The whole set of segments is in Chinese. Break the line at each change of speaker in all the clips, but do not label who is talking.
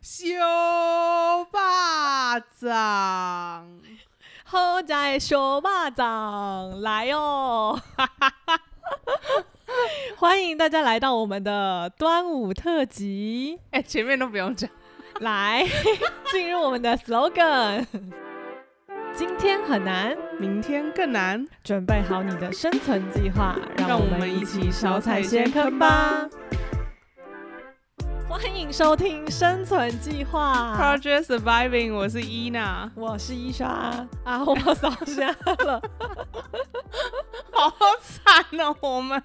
小巴掌，
好在小巴掌来哦！ 欢迎大家来到我们的端午特辑，
哎、前面都不用讲，
来 进入我们的 slogan。今天很难，
明天更难。
准备好你的生存计划，
让
让
我
我
们
们
一
一
起
起
少
少
踩
踩
些
些
坑
坑
吧
吧！欢迎收听《生存计划》。
Project Surviving，我是伊娜，
我是伊莎啊，我烧瞎了，
好惨哦，我们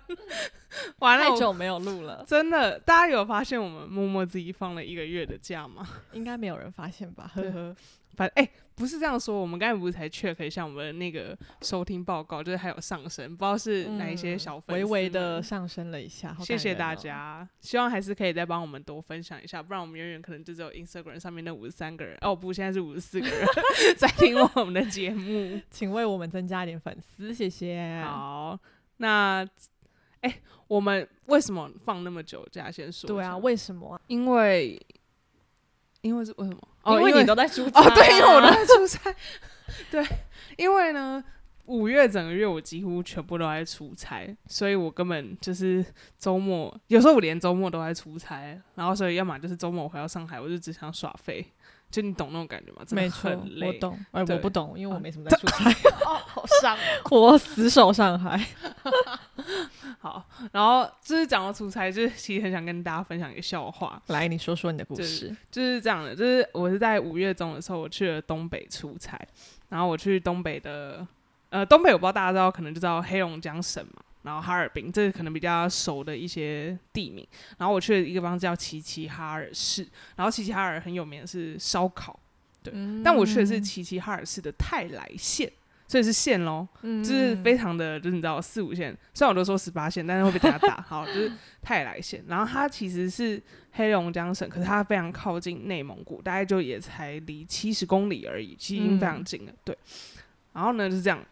完了，
太
我
久没有录了，
真的，大家有发现我们默默自己放了一个月的假吗？
应该没有人发现吧？呵
呵
呵，
呵，反哎、不是这样说，我们刚才不是才 check 一下我们那个收听报告，就是还有上升，不知道是哪一些
嗯
小粉丝
微
们、
微的上升了一下，好
谢谢
感人
大
哦。
家，希望还是可以再帮我们多分享一下，不然我们永远可能就只有 Instagram 上面那五十三个人，哦不，现在是五十四个 人在听我们的节 目。
请为我们增加一点粉丝，谢谢。
好，那哎、我们为什么放那么久假？先说一
对啊，
下
为什么啊？
因为因为是为什么？哦，
为
为
你都在出差啊
哦，对，因为我都
呢，
在出差。对，因为呢，五月整个月我几乎全部都在出差，所以我根本就是周末，有时候我连周末都在出差，然后所以要么就是周末我回到上海，我就只想耍废，就你懂那种感觉吗？真的
没错，
很
我
累。
懂，哎，
对啊
我不懂，因为我没 什么在出差，
哦，好伤。
我死守上海。
好，然后就是讲到出差，就是其实很想跟大家分享一个笑话，
来，你说说你的故
对
事。
就是这样的，就是我是在五月中的时候，我去了东北出差，然后我去东北的，呃，东北我不知道大家知道，可能就知道黑龙江省嘛，然后哈尔滨，这是可能比较熟的一些地名。然后我去了一个地方叫齐齐哈尔市，然后齐齐哈尔很有名的是烧烤，对
嗯
但我去的是齐齐哈尔市的泰来县。所以是县喽，
嗯，
就是非常的，就是你知道四五线，虽然我都说十八线，但是会被大家打。好，就是泰来县，然后它其实是黑龙江省，可是它非常靠近内蒙古，大概就也才离七十公里而已，其实已经非常近了。对，然后呢就是这样。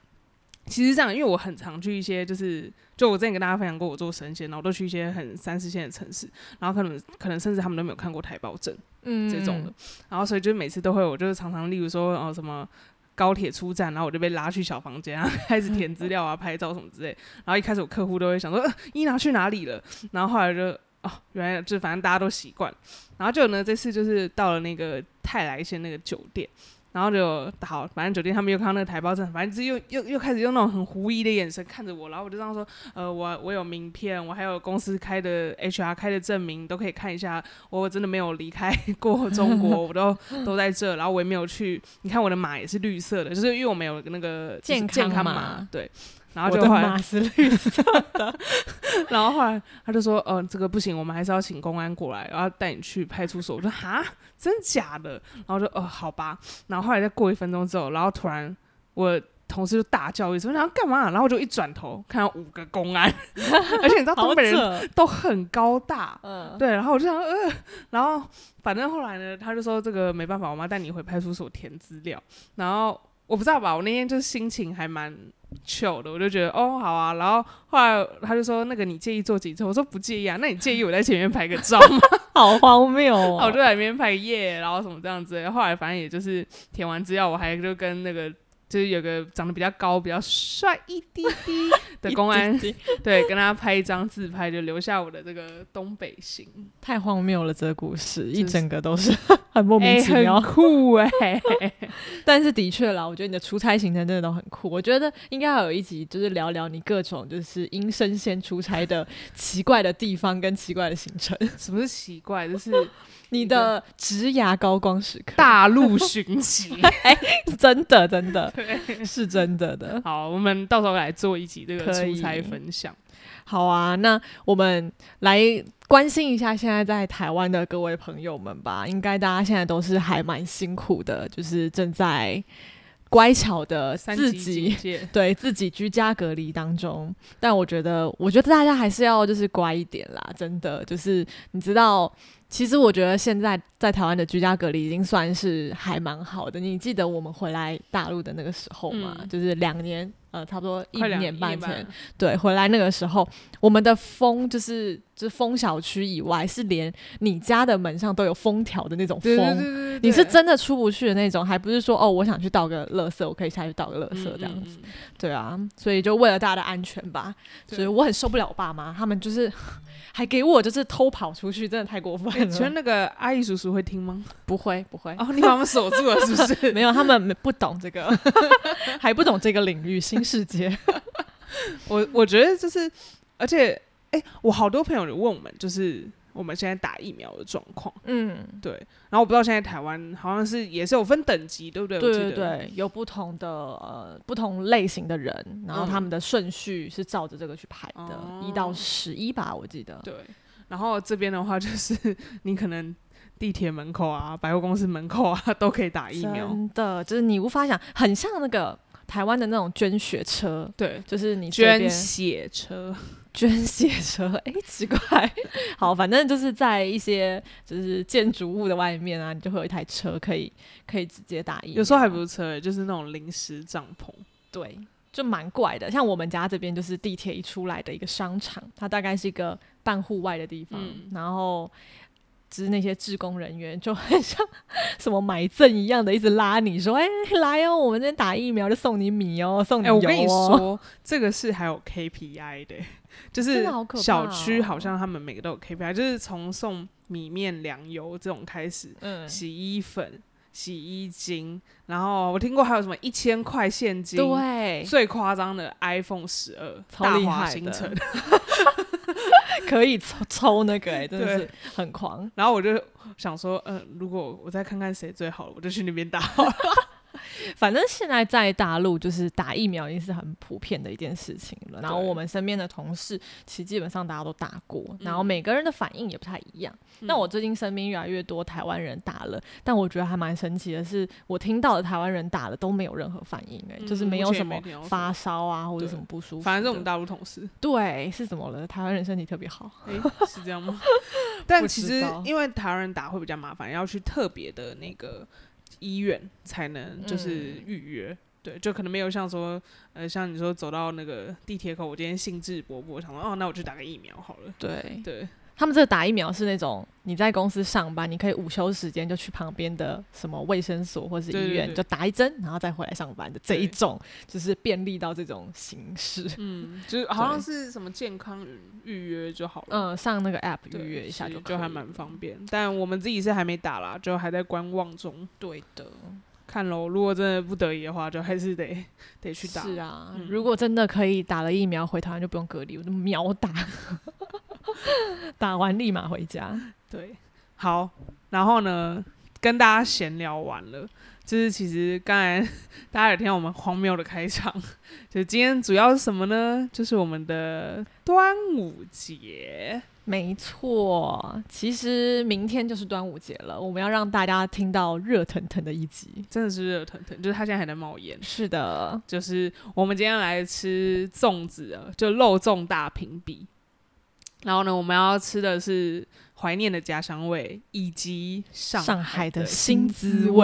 其实这样，因为我很常去一些，就是就我之前跟大家分享过，我做生鲜，然后我都去一些很三四线的城市，然后可能可能甚至他们都没有看过台胞证。
嗯
这种的。然后所以就是每次都会，我就是常常例如说哦什么高铁出站，然后我就被拉去小房间啊，开始填资料啊、拍照什么之类。然后一开始我客户都会想说，呃伊娜去哪里了？然后后来就哦，原来就反正大家都习惯。然后就呢，这次就是到了那个泰来县那个酒店。然后就好，反正酒店他们又看到那个台胞证，反正就是又又又开始用那种很狐疑的眼神看着我，然后我就这样说，呃，我我有名片，我还有公司开的 HR 开的证明，都可以看一下，我真的没有离开 过中国，我都都在这，然后我也没有去，你看我的码也是绿色的，就是因为我们有那个就是
健康
健康
码
码，对，然
我
后就
的
后来
马是绿色的，
然后后来他就说，呃，这个不行，我们还是要请公安过来，然后带你去派出所。我说哈，真假的？然后就呃，好吧。然后后来再过一分钟之后，然后突然我同事就大叫一声，然后干嘛？然后我就一转头，看到五个公安， 而且你知道东
好
北人
扯。
都很高大。
嗯，
对，然后我就想，呃，然后反正后来呢，他就说这个没办法，我妈带你回派出所填资料。然后我不知道吧，我那天就是心情还蛮 chill 的，我就觉得哦好啊。然后后来他就说那个你介意做几次？我说不介意啊，那你介意我在前面拍个照吗？
好荒谬哦。
我就在里面拍个耶，然后什么这样子。后来反正也就是填完资料，我还就跟那个。就是有个长得比较高、比较帅一滴滴的公 安，对，跟他拍一张自拍，就留下我的这个东北行。
太荒谬了，这个故事一
真是
整个都是 很莫名
哎，
其妙。
很酷哎、
但是的确啦，我觉得你的出差行程真的都很酷。我觉得应该要有一集，就是聊聊你各种就是因生鲜出差的奇怪的地方跟奇怪的行程，
什么是奇怪？就是
你的职涯高光时刻。
大陆寻奇。
真的 真的
对，
是真的的。
好，我们到时候来做一集这个
可
出
以
差分享。
好啊，那我们来关心一下现在在台湾的各位朋友们吧。应该大家现在都是还蛮辛苦的，就是正在乖巧的
三
自
级
己
警戒，
对自己居家隔离当中，但我觉得，我觉得大家还是要就是乖一点啦，真的，就是你知道，其实我觉得现在在台湾的居家隔离已经算是还蛮好的。你记得我们回来大陆的那个时候吗？
嗯
就是两年，呃，差不多一
快两
年半
半
前，对，回来那个时候，我们的风就是就是风小区以外，是连你家的门上都有封条的那种风。
对对对对对，
你是真的出不去的那种，还不是说哦，我想去倒个垃圾，我可以下去倒个垃
嗯
圾这样子。
子，
对啊，所以就为了大家的安全吧，
对
所以我很受不了我爸妈，他们就是 还给我就是偷跑出去，真的太过
哎
分
请问
了。
那个阿姨叔叔会听吗？
不会不会，
哦，你把我们锁住了是不 是？
没有，他们不懂这个， 还不懂这个领域新世界。
我我觉得就是，而且，哎、我好多朋友有问我们，就是我们现在打疫苗的状况，
嗯，
对。然后我不知道现在台湾好像是也是有分等级，对不对？
对
我
对
记得
对，有不同的呃不同类型的人，然后
嗯
他们的顺序是照着这个去排的，一、到
哦
十一吧，我记得。
对。啊然后这边的话，就是 你可能地铁门口啊、百货公司门口啊，都可以打疫苗。
真的就是你无法想，很像那个台湾的那种捐血车，
对，
就是你随
捐
便
血车，
捐血车，哎、奇怪，好，反正就是在一些就是建筑物的外面啊，你就会有一台车可以可以直接打疫苗，
有时候还不是车、就是那种临时帐篷。
对，就蛮怪的。像我们家这边就是地铁一出来的一个商场，它大概是一个半户外的地方，
嗯
然后。就是那些志工人员就很像什么买赠一样的，一直拉你说：“哎、来哦，我们这边打疫苗就送你米哦，送你
哎、
油、哦。
我跟你，说，这个是还有 KPI 的欸、 就
真
是
的好可怕
小区
哦
好像他们每个都有 KPI，就是从送米面、粮油这种开始，
嗯，
洗衣粉、洗衣精，然后我听过还有什么一千块现金，
对，
最夸张的 iPhone 十二
超
大
厉
华
害
星
的
辰，
可以抽抽那个、哎，真的
对
是很狂。
然后我就想说，嗯、如果我再看看谁最好了，我就去那边打好 了。
反正现在在大陆，就是打疫苗已经是很普遍的一件事情了。然后我们身边的同事，其实基本上大家都打过，然
嗯
后每个人的反应也不太一样。那我最近身边越来越多台湾人打了，但我觉得还蛮神奇的是，我听到的台湾人打了都没有任何反应、哎、
嗯
就是没有
目前也
什
没
么
听到什么
发烧啊或者
对
什么不舒
嗯
服的。
反正是我们大陆同事，
对是怎么了？台湾人身体特别好，
哎、 是这样吗？但
不
其
知
实
道
因为台湾人打会比较麻烦，要去特别的那个医院才能就是
嗯
预约。对，就可能没有像说，呃，像你说走到那个地铁口，我今天兴致勃勃，想说，哦，那我去打个疫苗好了。
对
对，
他们这个打疫苗是那种你在公司上班，你可以午休时间就去旁边的什么卫生所或是
对
医
对
院
对
就打一针，然后再回来上班的这一
对
种，就是便利到这种形式。
嗯，就是好像是什么健康预预约就好了，
嗯，上那个 app
对
预约一下
是
就
就
可以
还蛮方便。但我们自己是还没打啦，就还在观望中，
对的，
看喽。如果真的不得已的话，就还是得得去打。
是啊，
嗯
如果真的可以打了疫苗回台湾就不用隔离，我就秒打， 打完立马回家。
对，好，然后呢，跟大家闲聊完了，就是其实刚才 大家有听到我们荒谬的开场，就是今天主要是什么呢？就是我们的端午节，
没错，其实明天就是端午节了，我们要让大家听到热腾腾的一集。
真的是热腾腾，就是它现在还在冒烟。
是的，
就是我们今天来吃粽子了，就肉粽大评比。然后呢，我们要吃的是怀念的家乡味，以及上
上海的
的
新滋
味。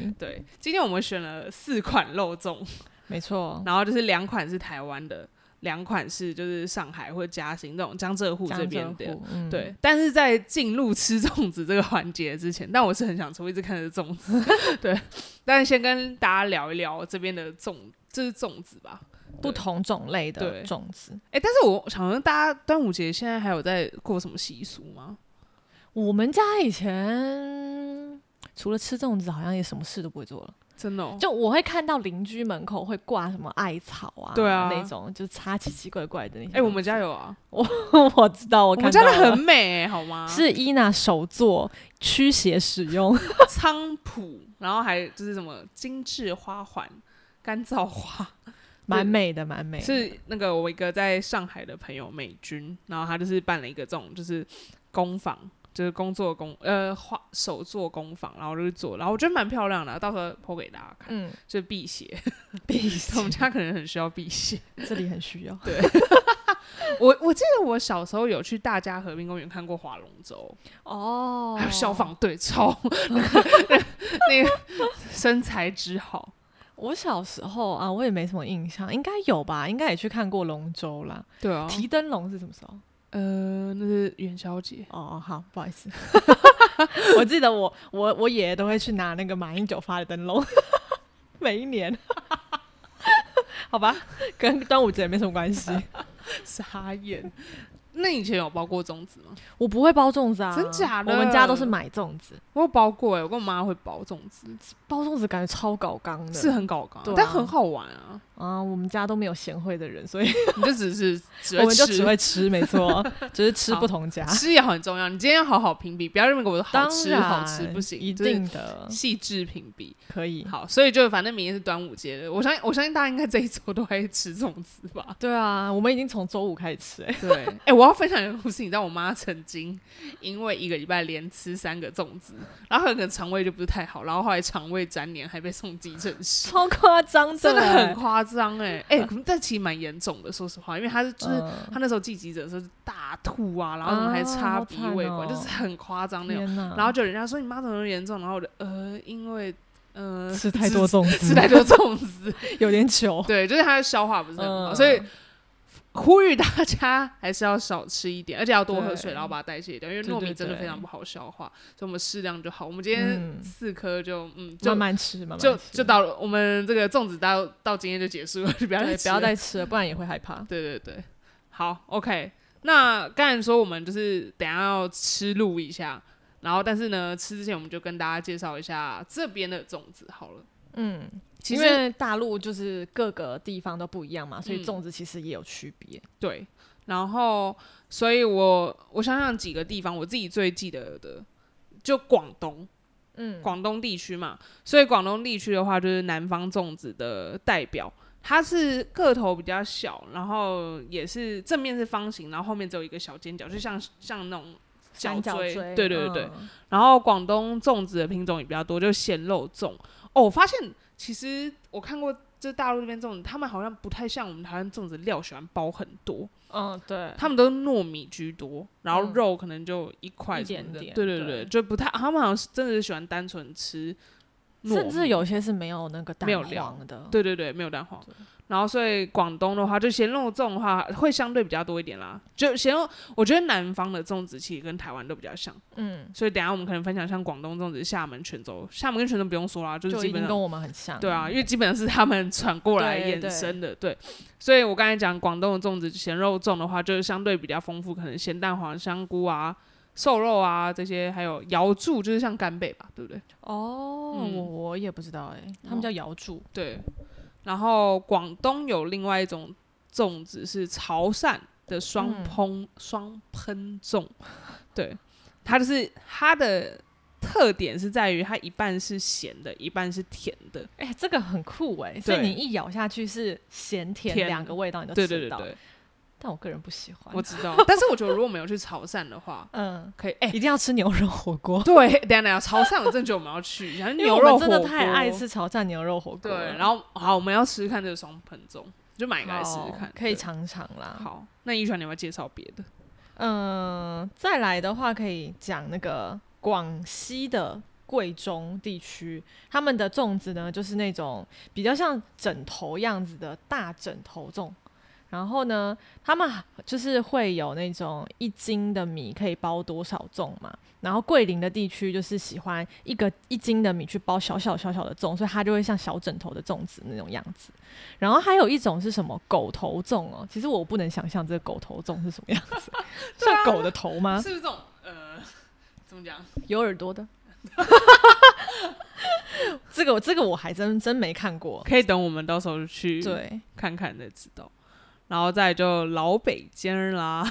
味，
对，今天我们选了四款肉粽，
没错。
然后就是两款是台湾的，两款是就是上海或嘉兴这种江浙沪这边的。
江浙沪，嗯
对，，但是在进入吃粽子这个环节之前，但我是很想吃，我一直看着粽子。 对，但是先跟大家聊一聊这边的粽，这是粽子吧？
不同种类的
对
粽子，
哎、但是我想问大家，端午节现在还有在过什么习俗吗？
我们家以前除了吃粽子，好像也什么事都不会做了。
真的、哦，
就我会看到邻居门口会挂什么艾草啊，
对啊
那种就插奇奇怪怪的那些。
哎、我们家有啊，
我知道，我
我
看
们家
到
的
了
很美、欸，好吗？
是伊娜手作驱邪使用，
菖蒲，然后还就是什么精致花环、干燥花，
蛮美的，蛮美的。
是那个我一个在上海的朋友美军，然后他就是办了一个这种就是工坊，就是工作工呃花手做工坊，然后就去做，然后我觉得蛮漂亮的，啊到时候剖给大家看，
嗯，
就是辟邪，
毕
我们
竟
家可能很需要辟邪。
这里很需要。
我我记得我小时候有去大家和平公园看过划龙舟，
哦
还有消防队超那个那个身材之好，
我小时候啊，我也没什么印象，应该有吧？应该也去看过龙舟啦。
对啊，
提灯笼是什么时候？
呃，那是元宵节，
哦哦，好，不好 意思， 我记得我我我爷爷都会去拿那个马英九发的灯笼， 每一年， 好吧，跟端午节没什么 关系。
傻眼。那以前有包过粽子吗？
我不会包粽子啊，
真假的
我们家都是买粽子，
我有包过哎、我跟我妈会包粽子，
包粽子感觉超搞刚的，
是很搞纲、
对啊
但很好玩 啊。
啊，我们家都没有贤惠的人，所以
你就只 是只
我
会
们就
吃，
只会吃，没 错，只是吃
好
不同家。
吃也很重要。你今天要好好评比，不要认为我说好
当
吃
然
好吃不行，
一
就是
定的
细致评比。
可以。
好，所以就反正明天是端午节了，我相信我相信大家应该这一周都还吃粽子吧。
对啊，我们已经从周五开始吃、欸，
对，哎、我要分享一个故事。你知道，我妈曾经因为一个礼拜连吃三个粽子，然后她可能肠胃就不是太好，然后后来肠胃粘连，还被送急诊室，
超夸张的、欸
真的很夸张哎哎，可但其实蛮严重的，说实话，因为她是就是。
嗯
她那时候寄急诊的时候是大吐啊，然后什么还
啊
插
好
鼻
惨
胃管，
哦
就是很夸张那种。
天哪
然后就人家说你妈怎么那么严重，然后我就呃，因为呃
吃太多粽
吃
子，
太多粽子，
有点久。
对，就是她的消化不是很好，
嗯
所以 呼吁大家还是要少吃一点，而且要多喝水，
对
然后把它代谢掉，因为
对
糯米
对
真的
对
非常不好消化，所以我们适量就好。我们今天
嗯
四颗就嗯就
慢慢吃，慢慢
就
吃
就到了，我们这个粽子到到今天就结束了， 就不要再
对，
吃
不要
了
再吃了，不然也会害怕。
对对对，好，OK。那刚才说我们就是等一下要吃录一下，然后但是呢，吃之前我们就跟大家介绍一下这边的粽子好了。
嗯，
其
因
实
为大陆就是各个地方都不一样嘛，所以
嗯
粽子其实也有区别。
对，然后所以我我想想几个地方，我自己最记得的就广东，
嗯，
广东地区嘛，所以广东地区的话就是南方粽子的代表。它是个头比较小，然后也是正面是方形，然后后面只有一个小尖角，就像像那种
三角
锥，
锥，
对对对对。
嗯
然后广东粽子的品种也比较多，就是咸肉粽。哦，我发现其实我看过，就是大陆那边粽子，他们好像不太像我们台湾粽子料喜欢包很多，
嗯，对，
他们都是糯米居多，然后
嗯
肉可能就一块
一
什么的
点点
对对对，
对
就不太，他们好像是真的是喜欢单纯吃糯米，
甚至有些是没有那个蛋
没有料
黄的。
对对对，没有蛋黄。然后所以广东的话，就咸肉粽的话会相对比较多一点啦。就咸肉，我觉得南方的粽子其实跟台湾都比较像。
嗯，
所以等一下我们可能分享像广东粽子、厦门、泉州，厦门跟泉州不用说啦，就是
就
基
已
本
经跟
上
我们很像。
对啊，因为基本上是他们传过来
对
衍生的，对。所以我刚才讲广东的粽子咸肉粽的话，就是相对比较丰富，可能咸蛋黄、香菇啊、瘦肉啊这些，还有瑶柱，就是像干贝吧，对不对？
哦，
嗯
我我也不知道哎，他们叫瑶柱。
对。然后广东有另外一种粽子是潮汕的双
嗯
烹双喷粽，对，它就是它的特点是在于它一半是咸的，一半是甜的，
哎，这个很酷哎，所以
对
你一咬下去是咸
甜
甜两个味道，你都
对
吃
对对
到。
对，
但我个人不喜欢
我。知道。但是我觉得如果我们有去潮汕的话，
嗯，
可以哎。
一定要吃牛肉火 锅，
对，等一下等一下，潮汕我真的觉得我们要去一下，然后
因为我
牛
们
肉
真的
火
太爱
锅。
吃潮汕牛肉火锅
对，
了。
然后好，我们要吃吃看这个双盆粽，就买一个来试
好
试看，
可以
对。
尝尝啦。
好，那一璇你要不要介绍别的？
嗯，再来的话可以讲那个广西的桂中地区，他们的粽子呢就是那种比较像枕头样子的大枕头粽。然后呢，他们就是会有那种一斤的米可以包多少粽嘛。然后桂林的地区就是喜欢一个一斤的米去包小小小小的粽，所以它就会像小枕头的粽子那种样子。然后还有一种是什么狗头粽哦，其实我不能想象这个狗头粽是什么样子， 像狗的头吗？
是不是这种呃，怎么讲？
有耳朵 的。这个这个我还真真没看过。
可以等我们到时候去
对，
看看再知道。然后再来就老北京儿啦，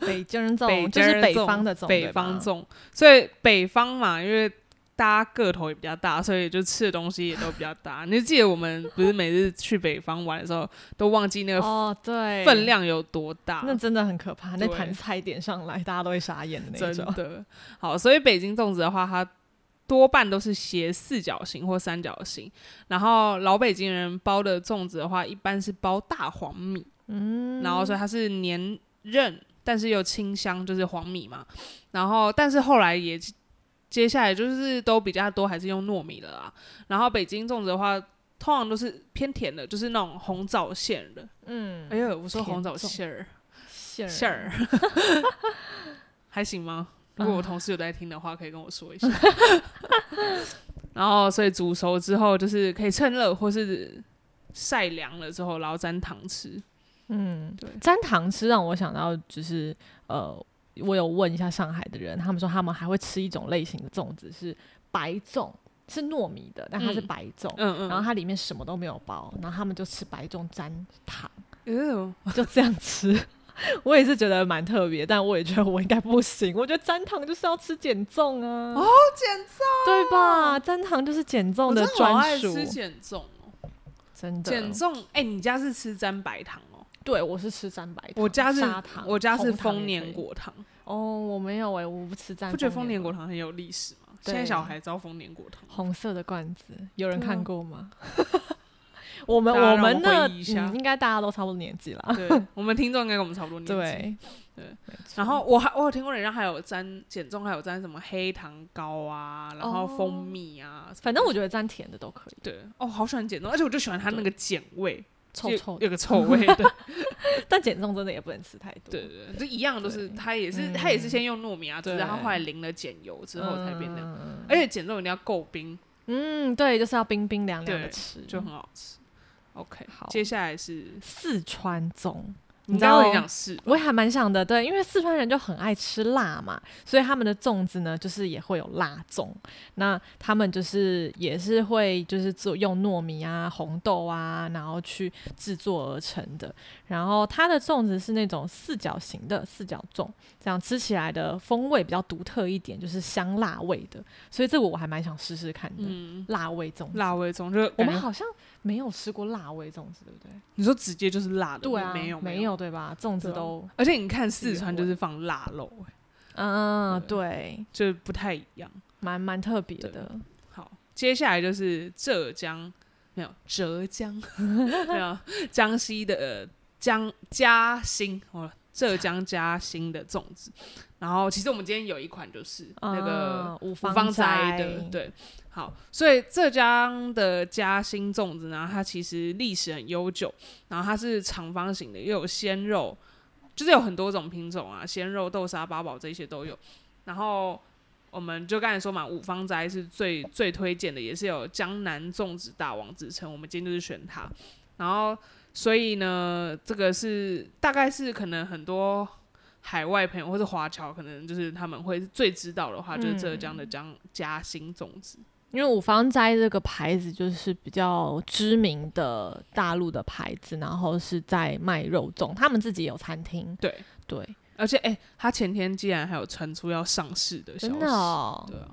北京粽
北
就
京儿
是北
粽
方的粽，
北
对吧
方粽，所以北方嘛，因为大家个头也比较大，所以就吃的东西也都比较大。你就记得我们不是每次去北方玩的时候，都忘记那个
哦，对，
分量有多大，
那真的很可怕，那
对
盘菜点上来，大家都会傻眼的那
真
种。
的好。所以北京粽子的话，它多半都是斜四角形或三角形。然后老北京人包的粽子的话，一般是包大黄米，
嗯
然后所以它是黏韧，但是又清香，就是黄米嘛。然后但是后来也接下来就是都比较多，还是用糯米了啦。然后北京粽子的话，通常都是偏甜的，就是那种红枣馅儿的。
嗯，
哎呦，我说
甜
红枣
粽
馅儿
馅
馅儿， 还行吗？如
嗯
果我同事有在听的话，可以跟我说一下。 然后，所以煮熟之后，就是可以趁热或是晒凉了之后，然后沾糖吃。
嗯，
对
沾糖吃让我想到就是呃，我有问一下上海的人，他们说他们还会吃一种类型的粽子是白粽，是糯米的，但它是
嗯
白粽。
嗯嗯，
然后它里面什么都没有包，然后他们就吃白粽沾糖，
哎呦，
就这样吃。 我也是觉得蛮特别，但我也觉得我应该不行。我觉得沾糖就是要吃减粽啊，
哦，减重，
对吧？沾糖就是减重
我真好爱
专属，
吃减重哦。
真的。
减重，哎、你家是吃沾白糖哦？
对我是吃沾白糖，
我家是
砂糖，
我家是
啊红糖也
丰
可
年
以
果糖，
哦，我没有哎、我不吃蘸。
不觉得丰年果糖很有历史吗？现在
对
小孩知道丰年果糖吗，
红色的罐子，有人
对啊
看过吗？ 我们
大家
我
让
们
我
那
回忆一下
嗯应该大家都差不多年纪啦。
对，我们听众应该跟我们差不多年纪。
对
对
没错
然后我还我有听过人家还有沾减重，还有沾什么黑糖糕啊，然后
哦
蜂蜜啊，
反正我
得
觉得沾甜的都可以，
对哦，好喜欢减重，而且我就喜欢它那个碱味，
臭
就
臭的，
有个臭味， 对
但减重真的也不能吃太多。
对对，对就一样都是
对
它也是
嗯
它也是先用糯米啊，只是
对
它后来淋了碱油之后才变那样，
嗯
而且减重一定要够冰，
嗯，对，就是要冰冰凉凉的
对
吃，
就很好吃。OK，
嗯好
接下来是
四川粽。
你
你
知
知
道
道
我很想试吧，
我也还蛮想的，对，因为四川人就很爱吃辣嘛，所以他们的粽子呢，就是也会有辣粽。那他们就是也是会就是做用糯米啊、红豆啊，然后去制作而成的。然后它的粽子是那种四角形的四角粽，这样吃起来的风味比较独特一点，就是香辣味的。所以这个我还蛮想试试看的，
嗯，
辣味粽子。
辣味粽就是
我
感
们
觉
好像没有吃过辣味粽子，对不对？
你说直接就是辣的，
对啊，
没有
没有，对吧？粽
对
子
啊
都，
而且你看四川就是放腊肉、欸，
嗯，对。
就不太一样。
蛮蛮特别
对
的。
好，接下来就是浙江，没有浙江，没有江西的、呃江嘉兴，哦，浙江嘉兴的粽子。然后其实我们今天有一款就是、那个
啊五
五
芳
芳斋的，对，好，所以浙江的嘉兴粽子呢，它其实历史很悠久，然后它是长方形的，又有鲜肉，就是有很多种品种啊，鲜肉、豆沙、八宝这些都有。然后我们就刚才说嘛，五芳斋是最最推荐的，也是有江南粽子大王之称，我们今天就是选它。然后，所以呢，这个是大概是可能很多海外朋友或是华侨，可能就是他们会最知道的话，就是浙
嗯
江的江嘉兴粽子。
因为五芳斋这个牌子就是比较知名的大陆的牌子，然后是在卖肉粽，他们自己也有餐厅，
对，
对，
而且哎、他前天竟然还有传出要上市的消息，
真的哦，
对啊。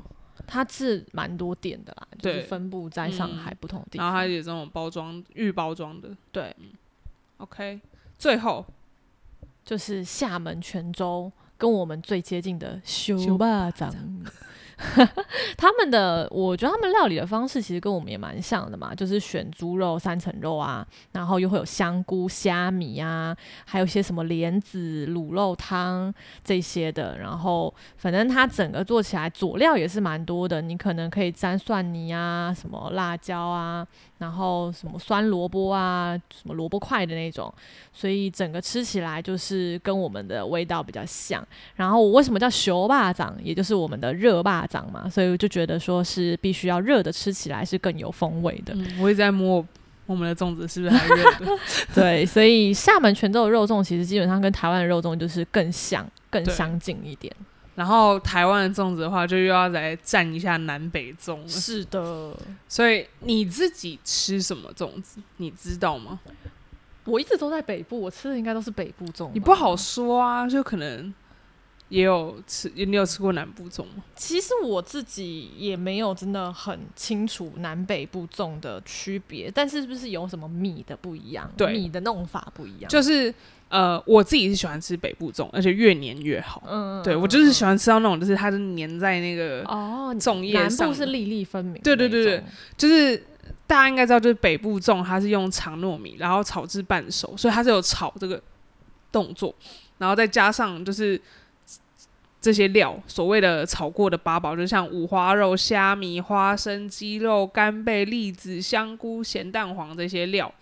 它是蛮多店的啦，就是
对
分布在上
嗯
海不同地
然后
方，
它有这种包装预包装的嗯
对，
，OK。最后
就是厦门泉州跟我们最接近的修
修
霸掌。 他们的，我觉得他们料理的方式其实跟我们也蛮像的嘛，就是选猪肉、三层肉啊，然后又会有香菇、虾米啊，还有一些什么莲子卤肉汤这些的。然后反正它整个做起来佐料也是蛮多的，你可能可以沾蒜泥啊、什么辣椒啊，然后什么酸萝卜啊、什么萝卜块的那种。所以整个吃起来就是跟我们的味道比较像。然后我为什么叫熊霸掌，也就是我们的热霸掌嘛，所以我就觉得说是必须要热的吃起来是更有风味的。
嗯，我一直在摸我们的粽子是不是还热的，
对，所以厦门泉州的肉粽其实基本上跟台湾的肉粽就是更像、更
对
相近一点。
然后台湾的粽子的话，就又要来蘸一下南北粽了。
是的，
所以你自己吃什么粽子，你知道吗？
我一直都在北部，我吃的应该都是北部粽吧。
你不好说啊，就可能也有吃，你有吃过南部粽吗？
其实我自己也没有真的很清楚南北部粽的区别，但是是不是有什么米的不一样，
对
米的弄法不一样？
就是呃，我自己是喜欢吃北部粽，而且越黏越好。
嗯，
对我就是喜欢吃到那种，就是它是粘在那个，
哦，
粽叶
南
上
部
的
是粒粒分明的那种，
对对对对就是大家应该知道，就是北部粽它是用长糯米，然后炒至半熟，所以它是有炒这个动作，然后再加上就是这些料，所谓的炒过的八宝，就像五花肉、虾米、花生、鸡肉、干贝、栗子、香菇、咸蛋黄这些料，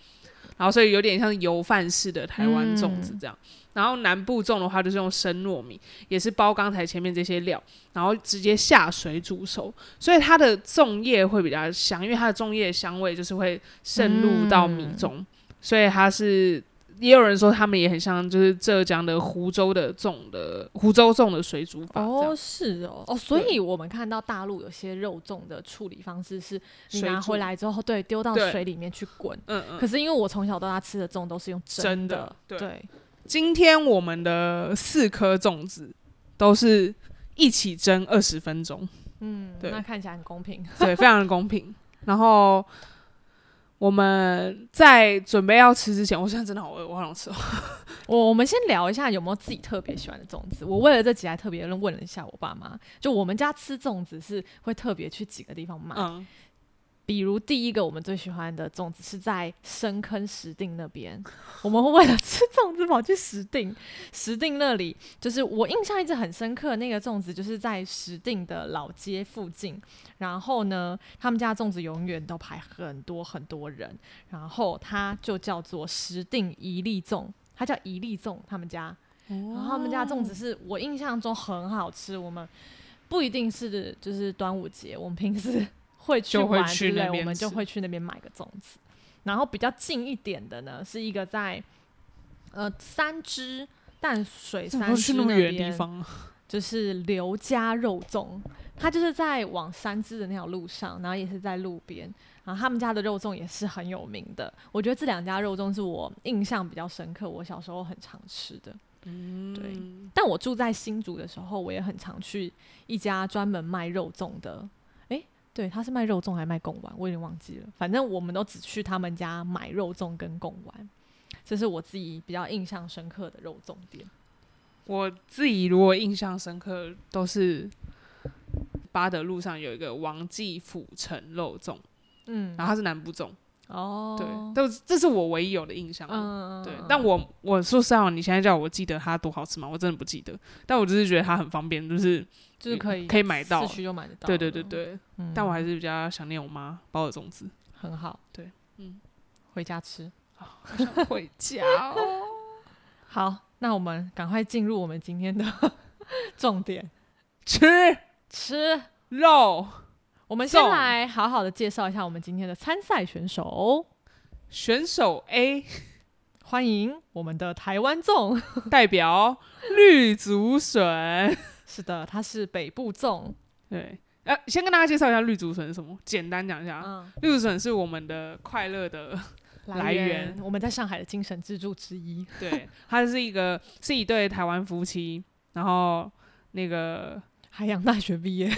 然后所以有点像油饭式的台湾粽子这样。然后南部粽的话，就是用生糯米，也是包刚才前面这些料，然后直接下水煮熟，所以它的粽叶会比较香，因为它的粽叶香味就是会渗入到米中，所以它是也有人说他们也很像，就是浙江的湖州的粽的湖州粽的水煮法这样
哦，是哦，哦，所以我们看到大陆有些肉粽的处理方式是，你
水
拿
煮
回来之后，对，丢到
对
水里面去滚。
嗯嗯。
可是因为我从小到大吃的粽都是用
蒸的
的，
对
对，
今天我们的四颗粽子都是一起蒸二十分钟，
嗯，
对
那看起来很公平。
对，非常的公平。然后我们在准备要吃之前，我现在真的好饿，我好想吃哦。
我我们先聊一下有没有自己特别喜欢的粽子。我为了这集还特别问了一下我爸妈，就我们家吃粽子是会特别去几个地方买，
嗯，
比如第一个我们最喜欢的粽子是在深坑石碇那边，我们会为了吃粽子跑去石碇。石碇那里就是我印象一直很深刻，那个粽子就是在石碇的老街附近。然后呢，他们家粽子永远都排很多很多人，然后它就叫做石碇一粒粽，它叫一粒粽，他们家。
哦
然后他们家粽子是我印象中很好吃，我们不一定是就是端午节，我们平时会去
就会
玩
去
之类
那，
我
边
们就
吃
会去那边买个粽子。然后比较近一点的呢，是一个在呃三支淡水
怎
三
么去
支
那么远的地
边，
方啊？
就是刘家肉粽，它就是在往三支的那条路上，然后也是在路边，然后他们家的肉粽也是很有名的。我觉得这两家肉粽是我印象比较深刻，我小时候很常吃的。
嗯，
对但我住在新竹的时候，我也很常去一家专门卖肉粽的。诶，对，他是卖肉粽还是卖贡丸，我有点忘记了。反正我们都只去他们家买肉粽跟贡丸，这是我自己比较印象深刻的肉粽店。
我自己如果印象深刻，都是巴德路上有一个王记府城肉粽，
嗯，
然后它是南部粽，
哦，
对，都这是我唯一有的印象。
嗯，
对
嗯，
但我我说实话，你现在叫我记得它多好吃吗？我真的不记得，但我只是觉得它很方便，就是
就是可以
可以买到
市。区就买得到。
对对对，对，
嗯
但我还是比较想念我妈包的粽 子，
很好，
对，嗯，
回家吃。
回家哦。
好，那我们赶快进入我们今天的 重点，
吃
吃。
肉
我们先
送
来好好的介绍一下我们今天的参赛选手，
选手 A
欢迎我们的台湾粽。
代表绿竹笋。
是的，他是北部粽。
对，呃，先跟大家介绍一下绿竹笋是什么，简单讲一下。啊。
嗯，
绿竹笋是我们的快乐 的，来源
我们在上海的精神支柱之 一。
对，它是一个是一对台湾夫妻，然后那个
海洋大学毕业，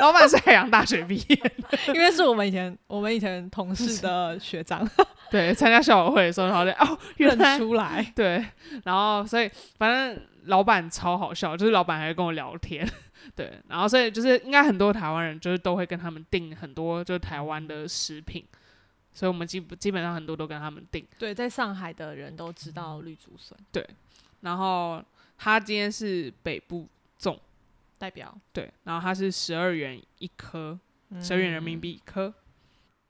老板是海洋大学毕业，
因为是我们以前我们以前同事的学 长
对，参加校友会的时候，然后就哦，原
认
来
出来，
对，然后所以反正老板超好笑，就是老板还会跟我聊天， 对，然后所以就是应该很多台湾人就是都会跟他们订很多就是台湾的食品，所以我们基基本上很多都跟他们订。
对，在上海的人都知道绿竹笋
然后它今天是北部粽，
代表嗯
对，然后它是十二元一颗，十二元人民币一颗，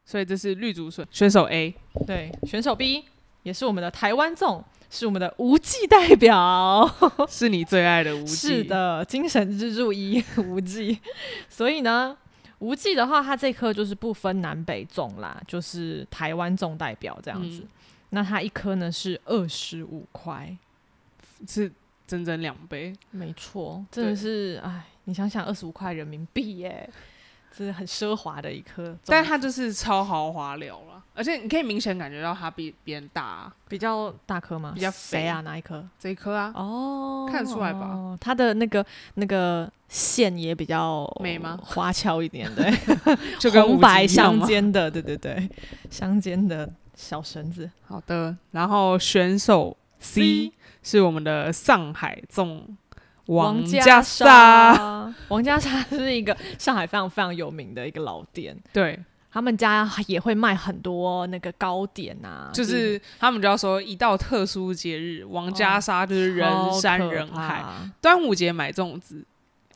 所以这是绿竹笋选手 A，
对，选手 B 也是我们的台湾粽，是我们的无忌代表。
是你最爱的无忌，
是，的，精神支柱一 无忌。所以呢，无忌的话，它这颗就是不分南北粽啦，就是台湾粽代表这样子。
嗯
那它一颗呢是二十五块，
是整整两倍，
没错，真的
对
是哎，你想想二十五块人民币耶，这是很奢华的一颗粽子，
但它就是超豪华料了，而且你可以明显感觉到它比别人大、啊、
比较大颗吗？
比较
谁啊？哪一颗？
这一颗啊，
哦，
看得出来吧
哦？它的那个那个线也比较
美吗
花俏一点，对。
就跟无
红
忌
白
一样
相
嘛。
间的，对对对，相间的小绳子。
好的，然后选手 C 是我们的上海粽王
家
沙，
沙，王家沙是一个上海非常非常有名的一个老店，
对，
他们家也会卖很多那个糕点啊，
就是他们就要说，一到特殊节日，王家沙就是人山人海。
超可哦怕
端午节买粽子，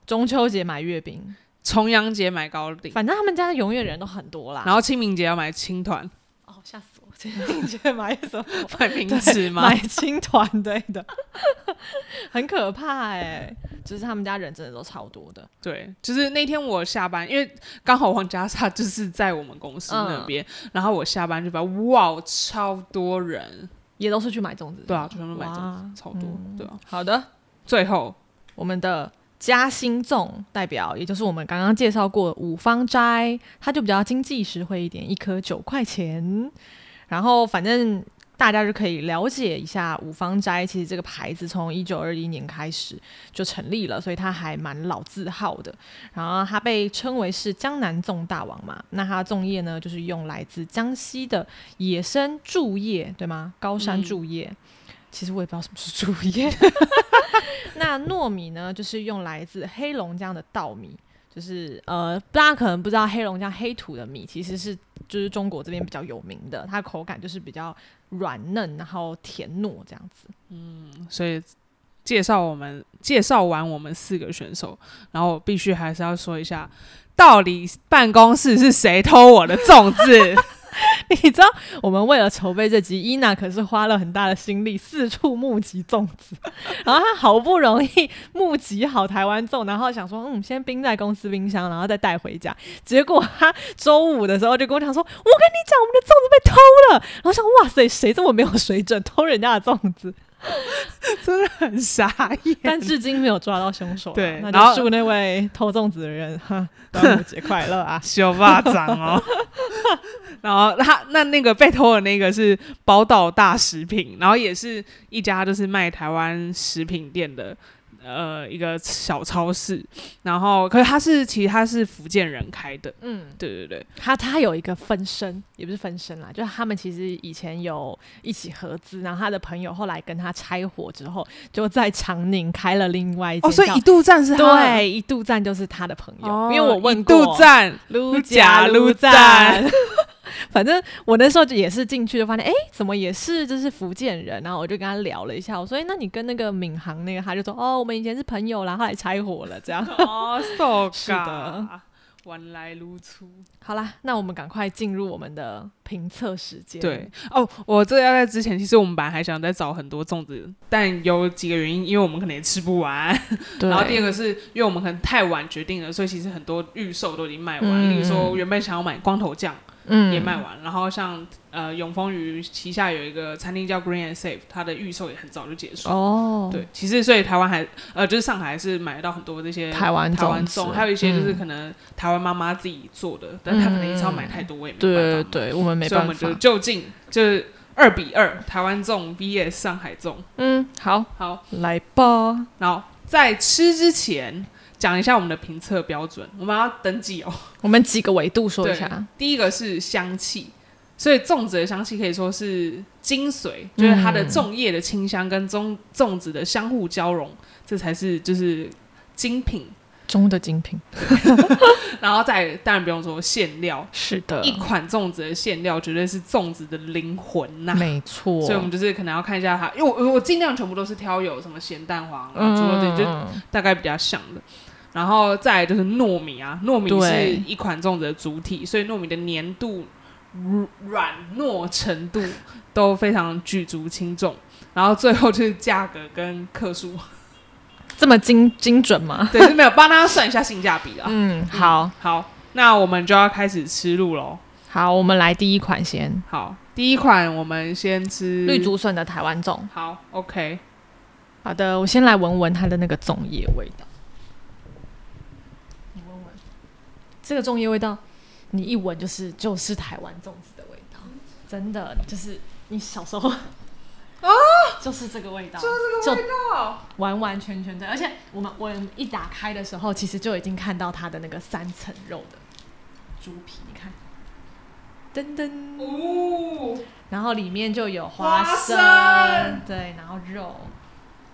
中秋节买月饼，
重阳节买糕饼，
反正他们家永远人都很多啦。
然后清明节要买青 团，
哦，吓死我！最近去买什么？
买 名纸吗
买？青团对的， 很可怕哎、就是他们家人真的都超多的，
对，就是那天我下班，因为刚好王家沙就是在我们公司那边，
嗯
然后我下班就发现，哇，超多人，
也都是去买粽子。
对啊，全部买粽
哇嗯
子，超多，对啊。
好的，
最后
我们的夹心粽代表，也就是我们刚刚介绍过的五芳斋，它就比较经济实惠一点，一颗九块钱。然后反正大家就可以了解一下五芳斋，其实这个牌子从一九二一年开始就成立了，所以它还蛮老字号的。然后它被称为是江南粽大王嘛，那它的粽叶呢，就是用来自江西的野生柱叶，对吗？高山
嗯
柱叶。其实我也不知道什么是竹叶。 那糯米呢，就是用来自黑龙江的稻米，就是呃，大家可能不知道黑龙江黑土的米其实是就是中国这边比较有名的，它口感就是比较软嫩，然后甜糯这样子。
所以介绍我们介绍完我们四个选手，然后我必须还是要说一下，到底办公室是谁偷我的粽子？
你知道我们为了筹备这集，伊娜可是花了很大的心力，四处募集粽子， 然后她好不容易募集好台湾粽，然后想说，嗯，先冰在公司冰箱，然后再带回家。结果她周五的时候就跟我讲说，我跟你讲，我们的粽子被偷了。然后想，哇塞，谁这么没有水准，偷人家的粽子？
真的很傻眼。
但至今没有抓到凶手啊、
对
那
然后！
就祝那位偷粽子的人 哈，端午节快乐啊
小巴掌哦， 然后他那那个被偷的那个是宝岛大食品，然后也是一家就是卖台湾食品店的呃一个小超市，然后可是他是其实他是福建人开的，
嗯。
对对对，
他他有一个分身，也不是分身啦，就是他们其实以前有一起合资，然后他的朋友后来跟他拆伙之后，就在长宁开了另外一间
哦，所以
叫
一度站是他的
对一度站就是他的朋友，
哦
因为我问
一度
过
站，
撸
假
假
撸
撸
赞
赞。 反正我那时候就也是进去就发现，哎、怎么也是就是福建人，然后我就跟他聊了一下，我说，哎、那你跟那个闵行那个，他就说，哦，我们以前是朋友啦，后来拆伙了， 这样。
哦，so
是的，
原来如此。
好啦，那我们赶快进入我们的评测时间。
对，哦，我这个要在之前，其实我们本来还想再找很多粽子，但有几个原因，因为我们可能也吃不完，
对，
然后第二个是因为我们可能太晚决定了，所以其实很多预售都已经卖完。
嗯
例如说，原本想要买光头酱
嗯
也卖完，然后像呃永丰鱼旗下有一个餐厅叫 Green and Safe，它的预售也很早就结束。
哦，
对，其实所以台湾还呃，就是上海还是买得到很多这些
台湾嗯
台湾
粽子
粽，还有一些就是可能台湾妈妈自己做的，但她可能一次要买太多，我也没办法
对
买。
对，我们没
所以我
办
们
法
就。就近就是二比二，台湾粽 VS 上海粽。
嗯，好，
好，
来吧。
然后在吃之前讲一下我们的评测标准，我们要登记哦。
我们几个维度说一
对
下。
第一个是香气。所以粽子的香气可以说是精髓，就是它的粽叶的清香跟粽粽子的相互交融，这才是就是精品
中的精品
然后再当然不用说馅料，
是的
一款粽子的馅料绝对是粽子的灵魂呐、
没错。
所以我们就是可能要看一下它，因为我我尽量全部都是挑有什么咸蛋黄啊、
嗯
猪肉这些，就
嗯
大概比较像的。然后再来就是糯米啊，糯米是
对
一款粽子的主体，所以糯米的粘度、软软糯程度都非常举足轻重。然后最后就是价格跟克数，
这么精精准吗？
对，是没有帮大家算一下性价比啦。
嗯，好
好，那我们就要开始吃路喽。
好，我们来第一款先，
好，第一款我们先吃
绿。竹笋的台湾粽。
好，OK，
好的，我先来闻闻它的那个粽叶味道。你闻闻，这个粽叶味道，你一闻就是就是台湾粽子的味道，真的就是你小时候啊，就是这个味道，就是这个味
哦
道，完完全全的。而且我们我们一打开的时候，其实就已经看到它的那个三层肉的猪皮，你看，噔噔，
哦，
然后里面就有
花
花
生
生，对，然后肉，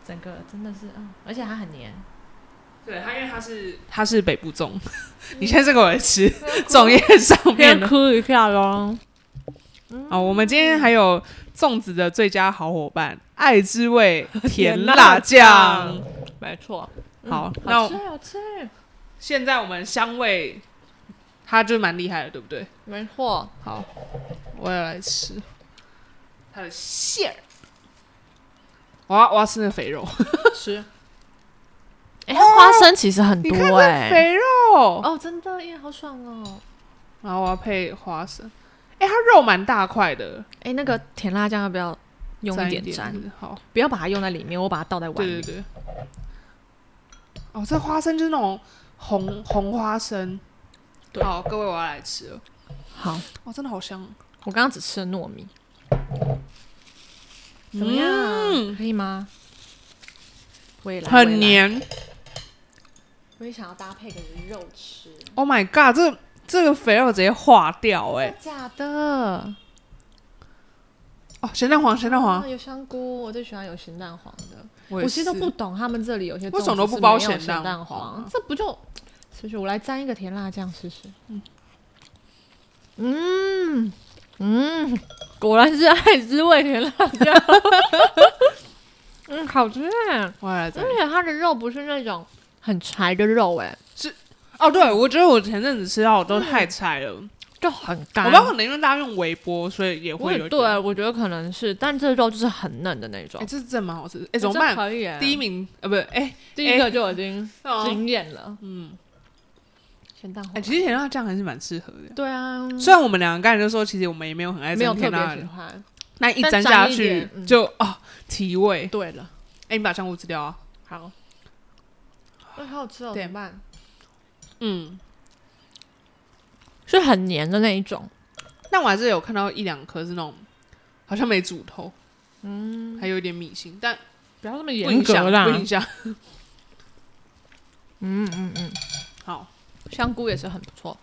整个真的是，嗯，而且它很黏，
对它，因为它是嗯它是北部粽，你现在这个我来 吃粽叶上面
先
的。
哭一下喽。
哦，我们今天还有粽子的最佳好伙伴——爱之味甜辣
辣
酱。，
没错。
好
嗯
那我
好吃好吃，
现在我们香味，它就蛮厉害的，对不对？
没错。
好，我也来吃它的馅儿。我要我要吃那个肥肉，
吃。哎、它花生其实很
你看
多
这
哎、
肥肉，
哦，真的耶，好爽哦！
然后我要配花生。哎、它肉蛮大块的，
哎、那个甜辣酱要不要用
沾
点
点
蘸？
是好，
不要把它用在里面，我把它倒在碗
对
里。
对对。哦，这花生就是那种红红花生。
对
好，各位我要来吃了。
好，
哦，真的好香。
我刚刚只吃了糯米，怎么样？
嗯
可以吗？我也来，我也
很
来。
黏。
我也想要搭配个肉吃，
Oh my god，这这个肥肉直接化掉哎、
真的假的？
哦，咸蛋黄，咸蛋黄
啊，，有香菇，我最喜欢有咸蛋黄的。
我
我
也
其实都
是
不懂他们这里有些
为什么
粽子
都
是
不包
没有
咸蛋
咸蛋
黄
黄
啊，
这不就？是不是？我来沾一个甜辣酱试试。嗯嗯果然是爱滋味甜辣酱。 嗯，好吃哎，而
我也来这里。
且它的肉不是那种很柴的肉哎，
哦，对，我觉得我前阵子吃到的
嗯
都太柴了，
就很
我
干
不。知道可能因为大家用微波，所以也
我
会有
也
一
对，啊
点。
我觉得可能是，但这肉就是很嫩的那种
哎，。这真的蛮好吃的。哎，
哎
怎么办？
可以哎，
第一名呃，不是，哎，
第一个就已经
哦
惊艳了。
嗯，
咸蛋
哎，
黄，
其实甜辣酱还是蛮适合的。
对啊，
虽然我们两个刚才就说，其实我们也没有很爱
没有
沾
特
甜
别
辣
喜
的，
欢。
那一
但
沾
沾
下
一
去
点嗯
就哦提味。
对了，
哎，你把香菇吃掉啊。
好，那好好吃哦，
对
怎么办？
嗯，
是很黏的那一种，
但我还是有看到一两颗是那种好像没煮透，嗯，还有一点米心，但
不要这么
不影
严格
响，
啦
不。影响。
嗯嗯嗯，
好，
香菇也是很不错，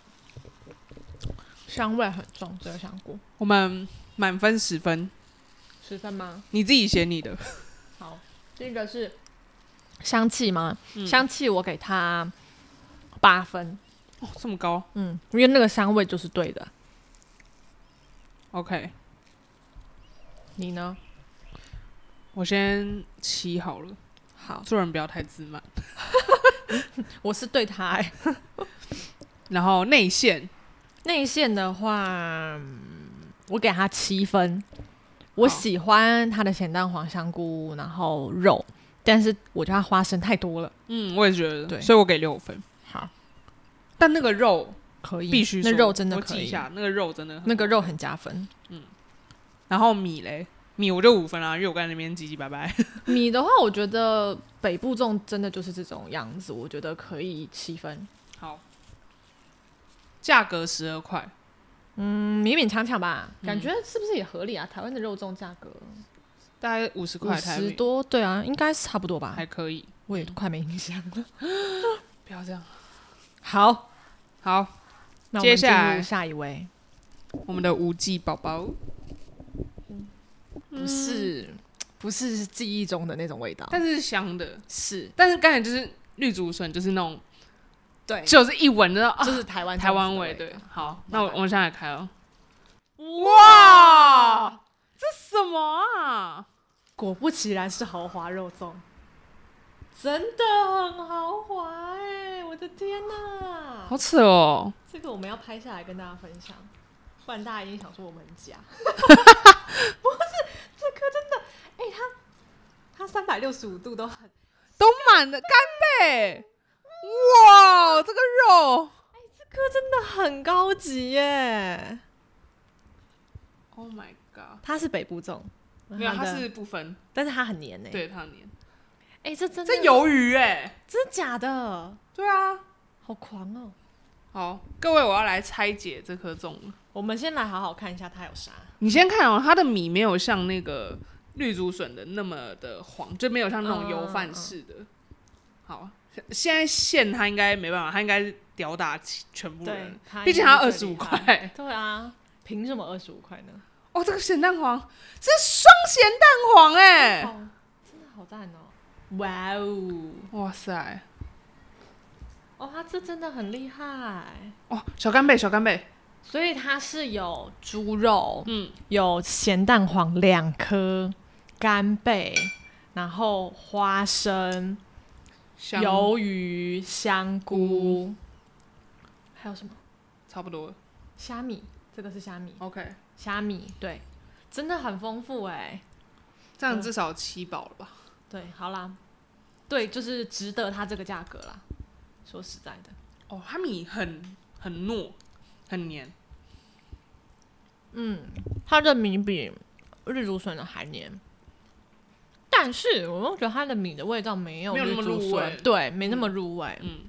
香味很重，这个香菇
我们满分十分，
十分吗？
你自己写你的。
好，第一个是香气吗？
嗯
香气我给它八分，
哦，这么高
嗯，因为那个香味就是对的。
，OK，
你呢？
我先七好了。
好，
做人不要太自满。
我是对它、欸、
然后内线，
内馅的话，嗯我给它七分。我
好
喜欢它的咸蛋黄、香菇，然后肉，但是我觉得它花生太多了。
嗯，我也觉得，
对
所以我给六分。
好，
但那个肉
可以，
必须说，
那肉真的
我
可
记一
以，
下，那个肉真的很
那个肉很加分。
然后米嘞，米我就五分啦，啊因为我刚才那边唧唧拜拜。
米的话，我觉得北部粽真的就是这种样子，我觉得可以七分，
好，价格十二块，
嗯，勉勉强强吧，感觉是不是也合理啊？台湾的肉粽价格
大概五十
五
块台
十
币，
多，对啊，应该是差不多吧
还。可以。
我也快没印象了。
不要这样。
好，
好，
那我
接
们
下
进
来
入下一位。
我们的无忌宝宝，
不是不是记忆中的那种味道，
但是香的，
是
但是刚才就是绿竹笋，就是那种，
对，
就是一闻就啊，
就是台湾
台湾
粽子的
味。
味
对
道，
好，那我
麻烦
我们现在开哦。哇，这什么啊？
果不其然是豪华肉粽，真的很豪华哎、我的天哪！
好扯哦！
这个我们要拍下来跟大家分享，不然大家一定想说我们很 假。不是，这颗真的，哎、它它三百六十五度都很，
都满了干贝，哇，这个肉
这颗真的很高级耶、
，Oh my god！
它是北部粽，
没有，它
的
是不分，
但是它很黏呢、，
对，它黏。
哎、这真的
这鱿鱼哎、
真的假的？
对啊。
好狂哦！
好，各位，我要来拆解这颗粽了。
我们先来好好看一下它有啥。
你先看哦，它的米没有像那个绿竹笋的那么的黄，就没有像那种油饭式的。好，现在馅它应该没办法，它应该是吊打其全部人，，毕竟它二十五。块。
对啊，凭什么二十五块呢？
哦，这个咸蛋黄，这是双咸蛋黄哎、
哦，真的好赞哦！哇哦，
哇塞，
哦，他这真的很厉害。
哦，小干贝，小干贝，
所以它是有猪肉，
嗯，
有咸蛋黄两颗，干贝，然后花生、
香
鱿鱼、香菇，还有什么
差不多了
虾米？这个是虾米，
，OK，
虾米对，真的很丰富哎、
这样至少七饱了吧？
对，好啦，对，就是值得它这个价格啦。说实在的，
哦，哈米很很糯，很黏，
它的米比日竹笋的还黏，但是我又觉得它的米的味道没有
没有那
日
么
竹
入
笋
味
对，没那么入味，
嗯，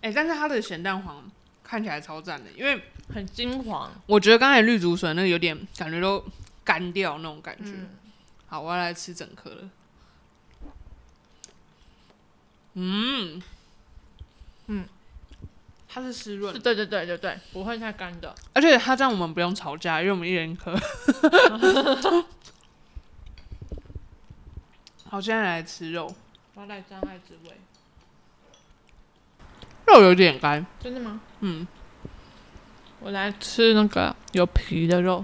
哎、但是它的咸蛋黄看起来超赞的，因为
很金黄。
我觉得刚才绿竹笋那个有点感觉都干掉那种感觉。好，我要来吃整颗了。嗯嗯，它是湿润
是
的，
对对对对对，不会太干的。
而且它这样我们不用吵架，因为我们一人一 颗。好，现在来吃肉，
我要来障碍之味，
肉有点干，
真的吗？
嗯，
我来吃那个有皮的肉。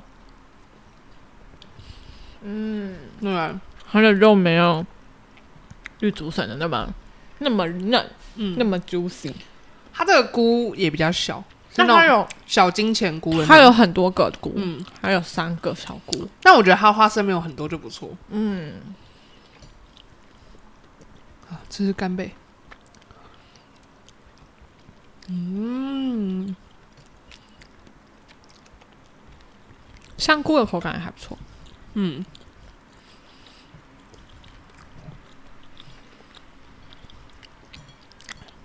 嗯，
对吧，
它的肉没有绿竹笋的那么那么嫩，那
嗯，
么 juicy。
它这个菇也比较小，是
那
那
它
种
有
小金钱菇的那种，
它有很多个菇，
嗯，
还有三个小菇。
但我觉得它花生没有很多就不错，
嗯，
啊这是干贝，嗯，
香菇的口感还不错。
嗯，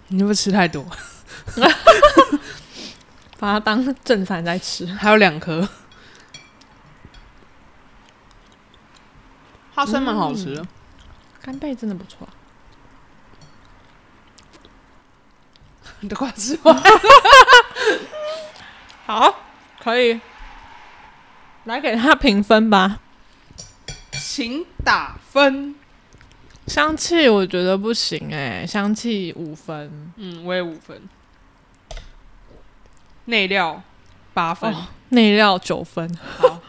你会不会吃太多？
把它当正餐在吃，
还有两颗，花生蛮好吃的。
干贝真的不错。
你嗯 都快吃完了，
好，可以来给它评分吧。
请打分。
香气我觉得不行哎、香气五分，
嗯，我也五分。内料八分，
哦内料九分，
好。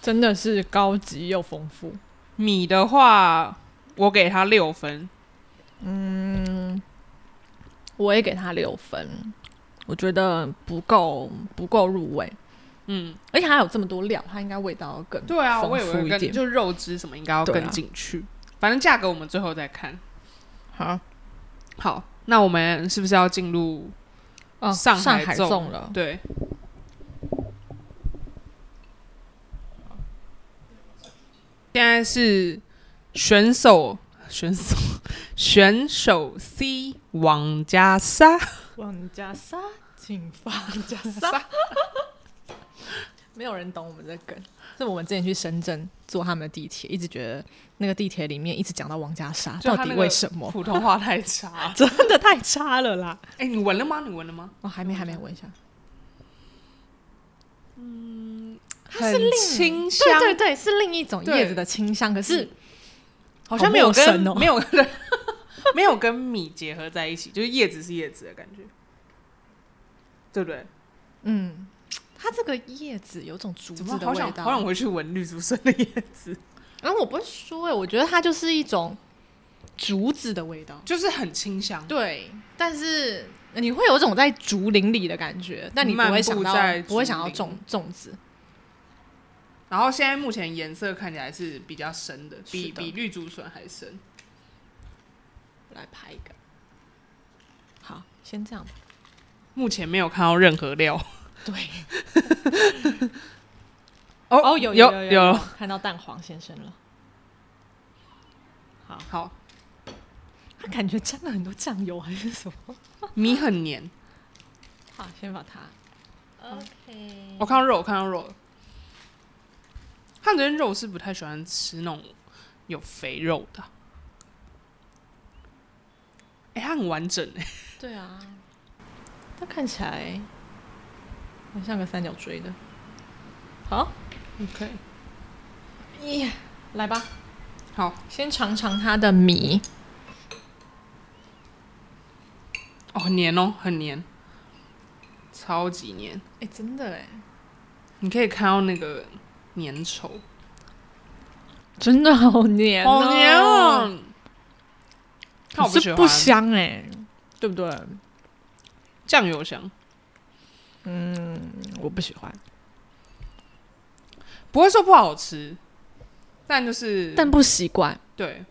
真的是高级又丰富。
米的话，我给它六分。
我也给它六分，我觉得不够不够入味，
嗯，
而且它有这么多料，它应该味道要更
对啊，
丰
我以
富
为
一
跟
点
就肉汁什么应该要
对啊
跟进去，反正价格我们最后再看。
好。
好，那我们是不是要进入？
哦，
上
上
海
海
粽
粽了，
对，现在是选手选手选手 C 王家沙，
王家沙，请放家
沙，
没有人懂我们这梗。是我们之前去深圳坐他们的地铁，一直觉得那个地铁里面一直讲到王家沙，
就他
到底
那个
为什么？
普通话太差。
真的太差了啦！
哎、你闻了吗？你闻了吗？
哦，还没还没闻一下，它是
很
另
清香，
对对对，是另一种
对
叶子的清香，可是
好像没有
好陌
跟、
生哦
没有跟 没有跟米结合在一起，就是叶子是叶子的感觉，对不对？
嗯，它这个叶子有种竹
怎么
子的
好
味
想好想
道。
回去闻绿竹笋的叶子，
然后我不会说哎、我觉得它就是一种竹子的味道。
就是很清香。
对，但是你会有一种在竹林里的感觉，但你不
漫
会
步
想到
在
不会
竹
想到
林
种粽子。
然后现在目前颜色看起来是比较深的，比
是的
比绿竹笋还深。
我来拍一个，好，先这样吧。
目前没有看到任何料。
对，
哦
哦，有
有
有
有
看到蛋黄先生了。好，
好，
他感觉沾了很多酱油还是什么？
米很黏。
好，先把它。OK，
我看到肉，我看到肉了。汉人肉是不太喜欢吃那种有肥肉的。哎、它很完整哎、
对啊，它看起来很像个三角锥的。好，
OK，
来吧，
好，
先尝尝它的米。
哦，很黏哦，很黏，超级黏。
哎、真的哎，
你可以看到那个粘稠，
真的好黏、
好黏哦！看我不喜
是
欢
不香哎、对不对？
酱油香，
我不喜欢，
不会说不好吃，但就是
但不习惯。
对，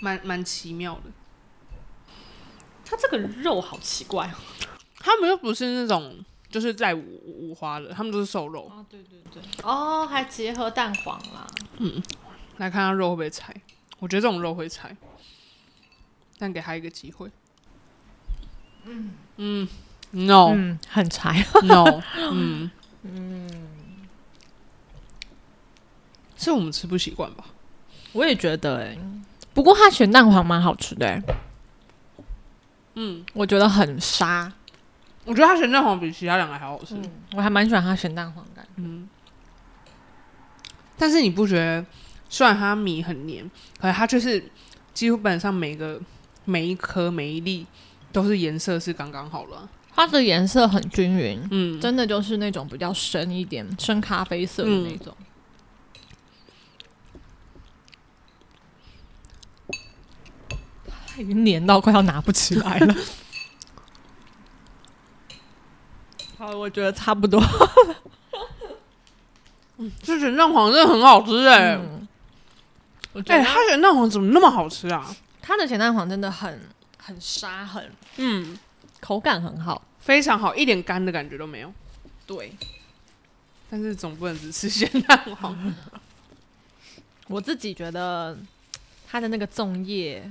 蛮蛮奇妙的。
它这个肉好奇怪哦。
他们又不是那种就是在五五花的，他们都是瘦肉。
啊，对对对，哦，还结合蛋黄啦。
来看他肉会不会柴，我觉得这种肉会柴，但给他一个机会。嗯嗯，no、
嗯，很柴。
no，嗯嗯，是我们吃不习惯吧？
我也觉得哎、不过它选蛋黄蛮好吃的、欸。嗯，我觉得很沙，
我觉得他咸蛋黄比其他两个还好吃，
我还蛮喜欢它选蛋黄的。
嗯但是你不觉得，虽然它米很黏，可是它就是基本上每个每一颗每一粒都是颜色是刚刚好了啊、
它的颜色很均匀，
嗯，
真的就是那种比较深一点、深咖啡色的那种。嗯它已经黏到快要拿不起来了。 好，我觉得差不多。
这咸蛋黄真的很好吃哎、
我觉
哎、
得
它咸蛋黄怎么那么好吃啊？
它的咸蛋黄真的很很沙，很
嗯，
口感很好。
非常好，一点干的感觉都没有。
对
但是总不能只吃咸蛋黄。
我自己觉得它的那个粽叶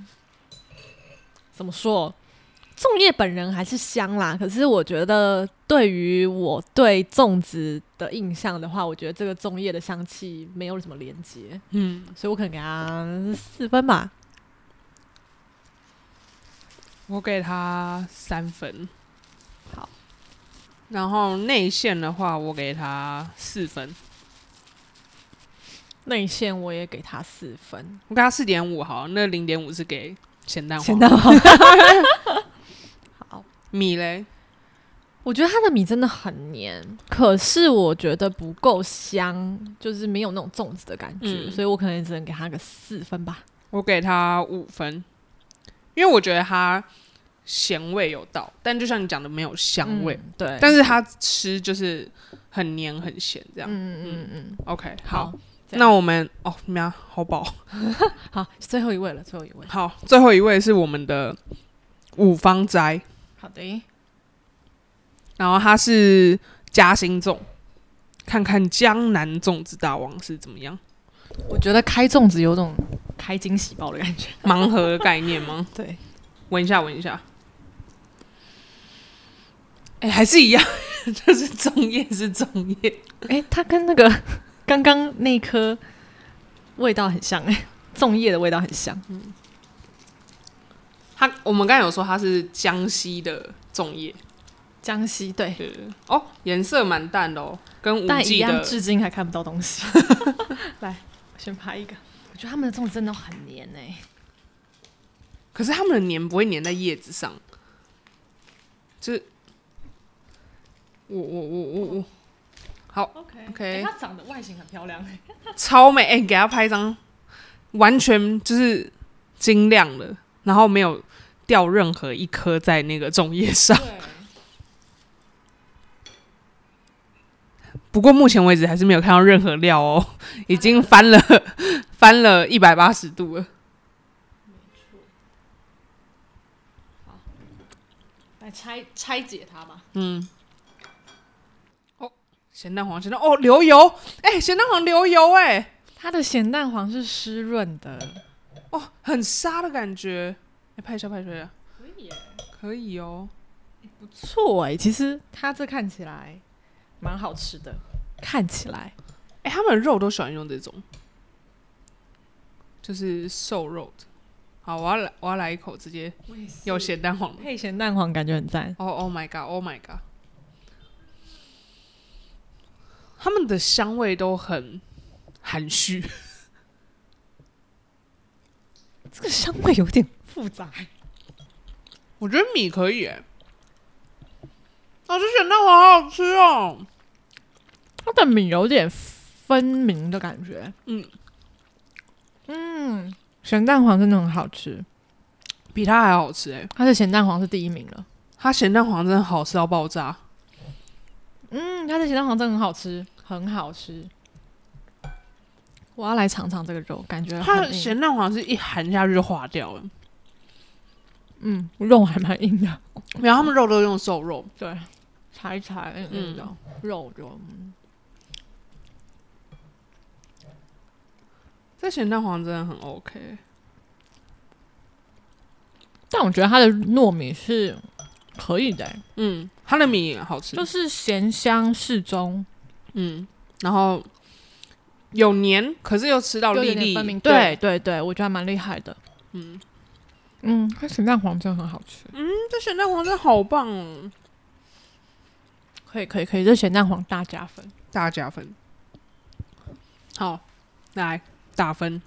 怎么说？粽叶本人还是香啦，可是我觉得对于我对粽子的印象的话，我觉得这个粽叶的香气没有什么连接，
嗯，
所以我可能给它四分吧。
我给它三分。
好，
然后内馅的话，我给它四分，
内馅我也给它四分，
我给它四点五，好，那零点五是给咸蛋黄。
咸蛋黄。好，
米嘞，
我觉得它的米真的很黏，可是我觉得不够香，就是没有那种粽子的感觉，
嗯
所以我可能只能给它个四分吧。
我给它五分，因为我觉得它咸味有到，但就像你讲的，没有香味。
嗯对，
但是它吃就是很黏很咸这样。
嗯嗯嗯嗯，
OK，好
好，，这样
那我们哦，喵，好饱。
好，最后一位了，最后一位。
好，最后一位是我们的五方斋，
好的，
然后它是夹心粽，看看江南粽子大王是怎么样，
我觉得开粽子有种开惊喜包的感觉。
盲盒的概念吗？
对，
闻一下，闻一下。哎、还是一样， 就是粽叶是粽叶，
哎，它跟那个 刚刚那一颗味道很像，哎，粽叶的味道很像。
它我们刚才有说它是江西的粽叶，
江西对，
对对对哦，颜色蛮淡的哦，跟五
但一
G
样
的
至今还看不到东 西。来，我先拍一个。我觉得他们的粽子真的很黏哎、
可是它们的黏不会黏在叶子上，就是我我我我我，好
OK
OK 诶
它长得外形很漂亮、
超美哎、欸给它拍一张，完全就是晶亮的，然后没有掉任何一颗在那个粽叶上。
对，
不过目前为止还是没有看到任何料 哦，已经翻了翻了一百八十度了。
来拆拆解它吧。
嗯，哦，咸蛋黄，咸蛋哦，流油哎、欸咸蛋黄流油哎、
它的咸蛋黄是湿润的，
哦，很沙的感觉。哎、拍一下，拍一下，可以，可以哦。
不错哎、其实它这看起来蛮好吃的，看起来
哎、他们的肉都喜欢用这种，就是瘦肉的。好，我要来，我要来一口，直接有咸蛋黄的。
配咸蛋黄感觉很赞。
哦，Oh my god，Oh my god，他们的香味都很含蓄。
这个香味有点复杂欸、
我觉得米可以、欸，老师咸蛋黄好好吃哦、
它的米有点分明的感觉。
嗯
嗯，咸蛋黄真的很好吃，
比它还好吃哎、
它的咸蛋黄是第一名了。
它咸蛋黄真的好吃到爆炸。
嗯，它的咸蛋黄真的很好吃，很好吃。我要来尝尝这个肉，感觉
它
很
的
硬。
咸蛋黄是一含下去就化掉了，
嗯，肉还蛮硬的。
没有，他们肉都是用瘦肉，
对，柴柴硬硬的、肉就嗯
这咸蛋黄真的很 OK。
但我觉得它的糯米是可以的欸、
嗯，它的米也好吃，
就是咸香适中，
嗯，然后有黏，可是又吃到
又
粒
有点分
粒，
明。对，对对，我觉得还蛮厉害的。
嗯，
嗯，它咸蛋黄真的很好吃。
这咸蛋黄真的好棒哦，
可以可以可以，这咸蛋黄大加分。
大加分。好，来打分，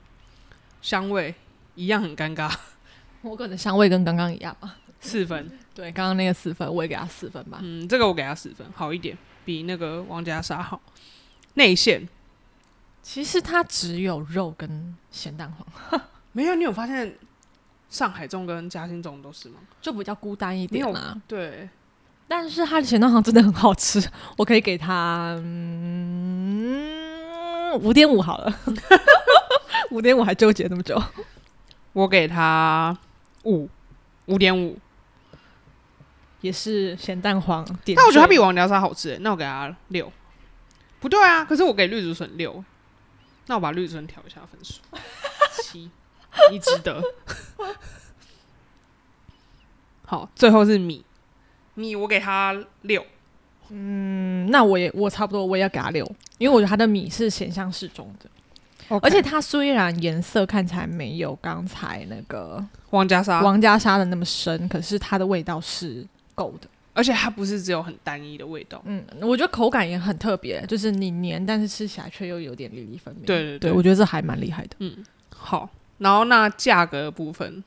香味一样很尴 尬，
我可能香味跟刚刚一样吧。
四分。
对，刚刚那个四分，我也给它四分吧。
嗯，这个我给它四分，好一点，比那个王家沙好。内馅
其实它只有肉跟咸蛋黄，
没有，你有发现上海粽跟嘉兴粽都是吗？
就比较孤单一点
没有
啦、
对，
但是它的咸蛋黄真的很好吃， 我可以给它嗯五点五好 了，五点五还纠结那么久。
我给它五五点五，
也是咸蛋黄点缀，
但我觉得它比王家沙好吃欸，那我给它六。不对啊，可是我给绿竹笋六，那我把绿竹笋调一下分数， 七，你值 得。好，最后是米，米我给它六，
嗯，那我也我差不多我也要给它六，因为我觉得它的米是咸香适中的而且它虽然颜色看起来没有刚才那个
王家沙
王家沙的那么深，可是它的味道是够的。
而且它不是只有很单一的味道。
嗯，我觉得口感也很特别，就是你黏，但是吃起来却又有点粒粒分明。
对对
对，
对嗯
我觉得这还蛮厉害的。
好，然后那价格的部分，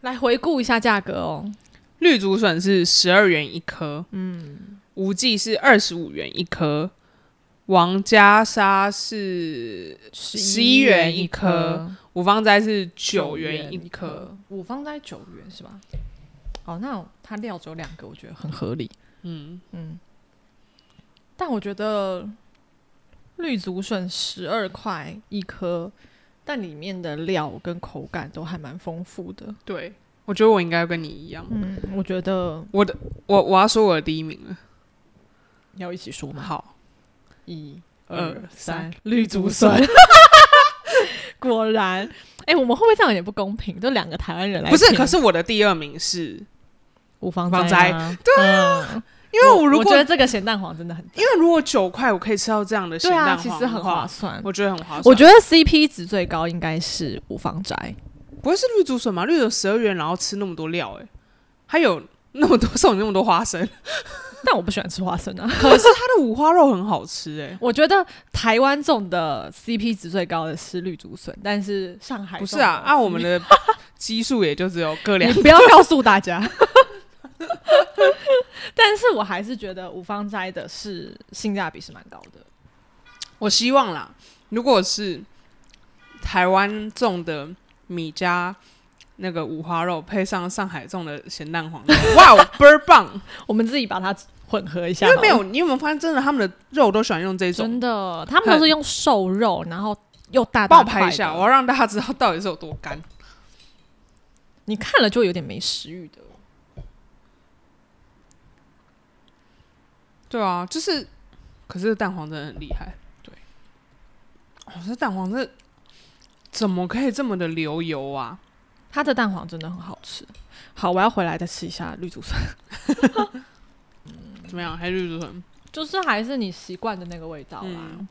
来回顾一下价格哦，
绿竹笋是十二元一颗，嗯，无忌是二十五元一颗，王家沙是
十
11元一颗，五芳斋是九元
元
一
一
颗，，
五方斋九元是吧？哦，那它料只有两个，我觉得很合理。
嗯，
嗯，但我觉得绿竹笋十二块一颗，但里面的料跟口感都还蛮丰富的。
对，我觉得我应该跟你一样，
嗯，我觉得
我的我我要说我的第一名了，
要一起说嘛，
好，
一
二三，
绿竹笋。 果然，哎、我们会不会这样有点不公平？就两个台湾人来
不
评，
是，可是我的第二名是，
五方
方
斋啊，对啊，
因为
我
我如
我
果
觉得这个咸蛋黄真的很
因为如果九块我可以吃到这样的咸
对啊，
蛋
其
黄
实
的
很
话
划，算。
我觉得很划算，
我觉得 CP 值最高应该是五方斋，
不会是绿竹笋吗？绿竹十二元，然后吃那么多料、欸，还有那么多送你那么多花生，
但我不喜欢吃花生啊。
可是它的五花肉很好吃、欸，
我觉得台湾种的 CP 值最高的是绿竹笋，但是上海
不是啊，按、
啊，
我们的基数也就只 有各两
你，不要告诉大家。 但是我还是觉得五芳斋的是性价比是蛮高的。
我希望啦，如果是台湾种的米加那个五花肉，配上上海种的咸蛋 黄，哇，哦，倍儿棒！
我们自己把它混合一下
因
好
为
了，
没有，你有没有发现，真的他们的肉都喜欢用这种
真？的，他们都是用瘦肉，然后又大
帮
大
我拍一下，
块
我要
的
让大家知道到底是有多干。
你看了就有点没食欲的。
对啊，就是，可是蛋黄真的很厉害。
对，
哦，这蛋黄这怎么可以这么的流油啊？
它的蛋黄真的很好吃。好，我要回来再吃一下绿竹笋，
怎么样？还是就是很
就是还是你习惯的那个味道啦。
嗯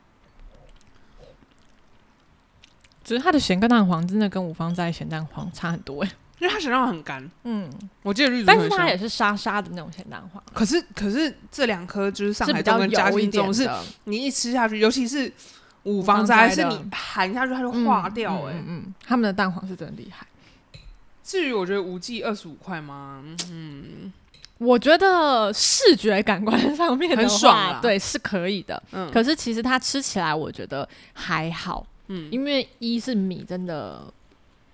只是它的咸跟蛋黄真的跟五芳斋咸蛋黄差 很多哎、
因为它咸蛋黄很干，
嗯，
我记得绿竹
但是
很
它也
香。
是沙沙的那种咸蛋黄，
可是可是这两颗就是上
是
海
比
粽
较
跟嘉
油一
兴
点
粽，
的。
是你一吃下去，尤其是五
五
芳
芳
斋，
斋
是
的
你含下去它就
嗯
化掉哎、
嗯嗯嗯，他们的蛋黄是真的厉害。
至于我觉得无忌二十五块吗？嗯，
我觉得视觉感官上面的
很
话
爽啦
对，是可以的。
嗯
可是其实它吃起来，我觉得还好，
嗯
因为一是米真的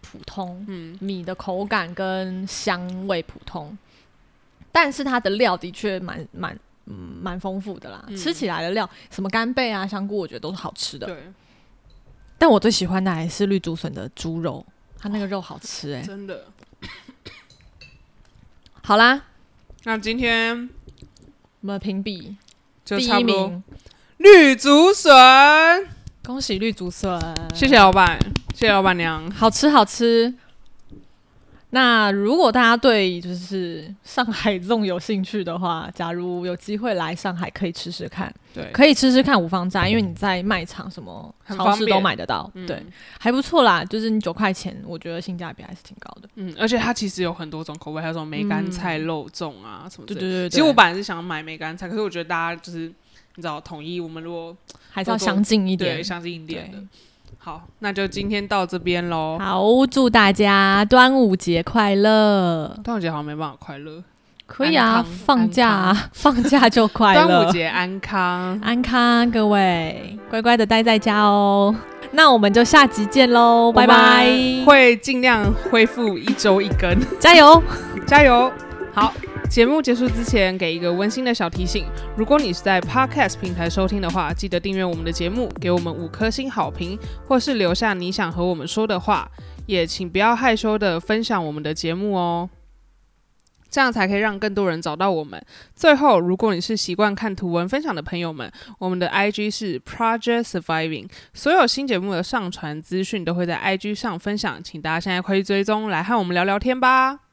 普通，
嗯
米的口感跟香味普通，但是它的料的确蛮蛮嗯蛮丰富的啦。
嗯
吃起来的料，什么干贝啊、香菇，我觉得都是好吃的。
对，
但我最喜欢的还是绿竹笋的猪肉，它那个肉好吃哎、
真的。
好啦，
那今天
我们评比
就
第
差
一
不多。
名，
绿竹笋，
恭喜绿竹笋，
谢谢老板，谢谢老板娘。
好吃好吃。那如果大家对就是上海粽有兴趣的话，假如有机会来上海，可以吃吃看，
对，
可以吃吃看五芳斋，因为你在卖场什么
很
超
方
市
便
都买得到，
嗯
对，还不错啦。就是你九块钱，我觉得性价比还是挺高的。
嗯，而且它其实有很多种口味，还有什么梅干菜、肉粽啊什么之
对
类
对
的。
对对，
其实我本来是想买梅干菜，可是我觉得大家就是你知道，统一我们如果
还是要
多多
相近一
对
点。
相信一点的。好，那就今天到这边喽。
好，祝大家端午节快乐！
端午节好像没办法快乐，
可以啊，
安康
放假啊， 放假就快乐。
端午节安康，
安康，各位乖乖的待在家哦。那我们就下集见喽，拜拜，
我们会尽量恢复一周一更。
加油！
加油！好，节目结束之前给一个温馨的小提醒：如果你是在 Podcast 平台收听的话，记得订阅我们的节目，给我们五颗星好评，或是留下你想和我们说的话，也请不要害羞的分享我们的节目哦。这样才可以让更多人找到我们。最后，如果你是习惯看图文分享的朋友们，我们的 IG 是 Project Surviving，所有新节目的上传资讯都会在 IG 上分享，请大家现在快去追踪，来和我们聊聊天吧。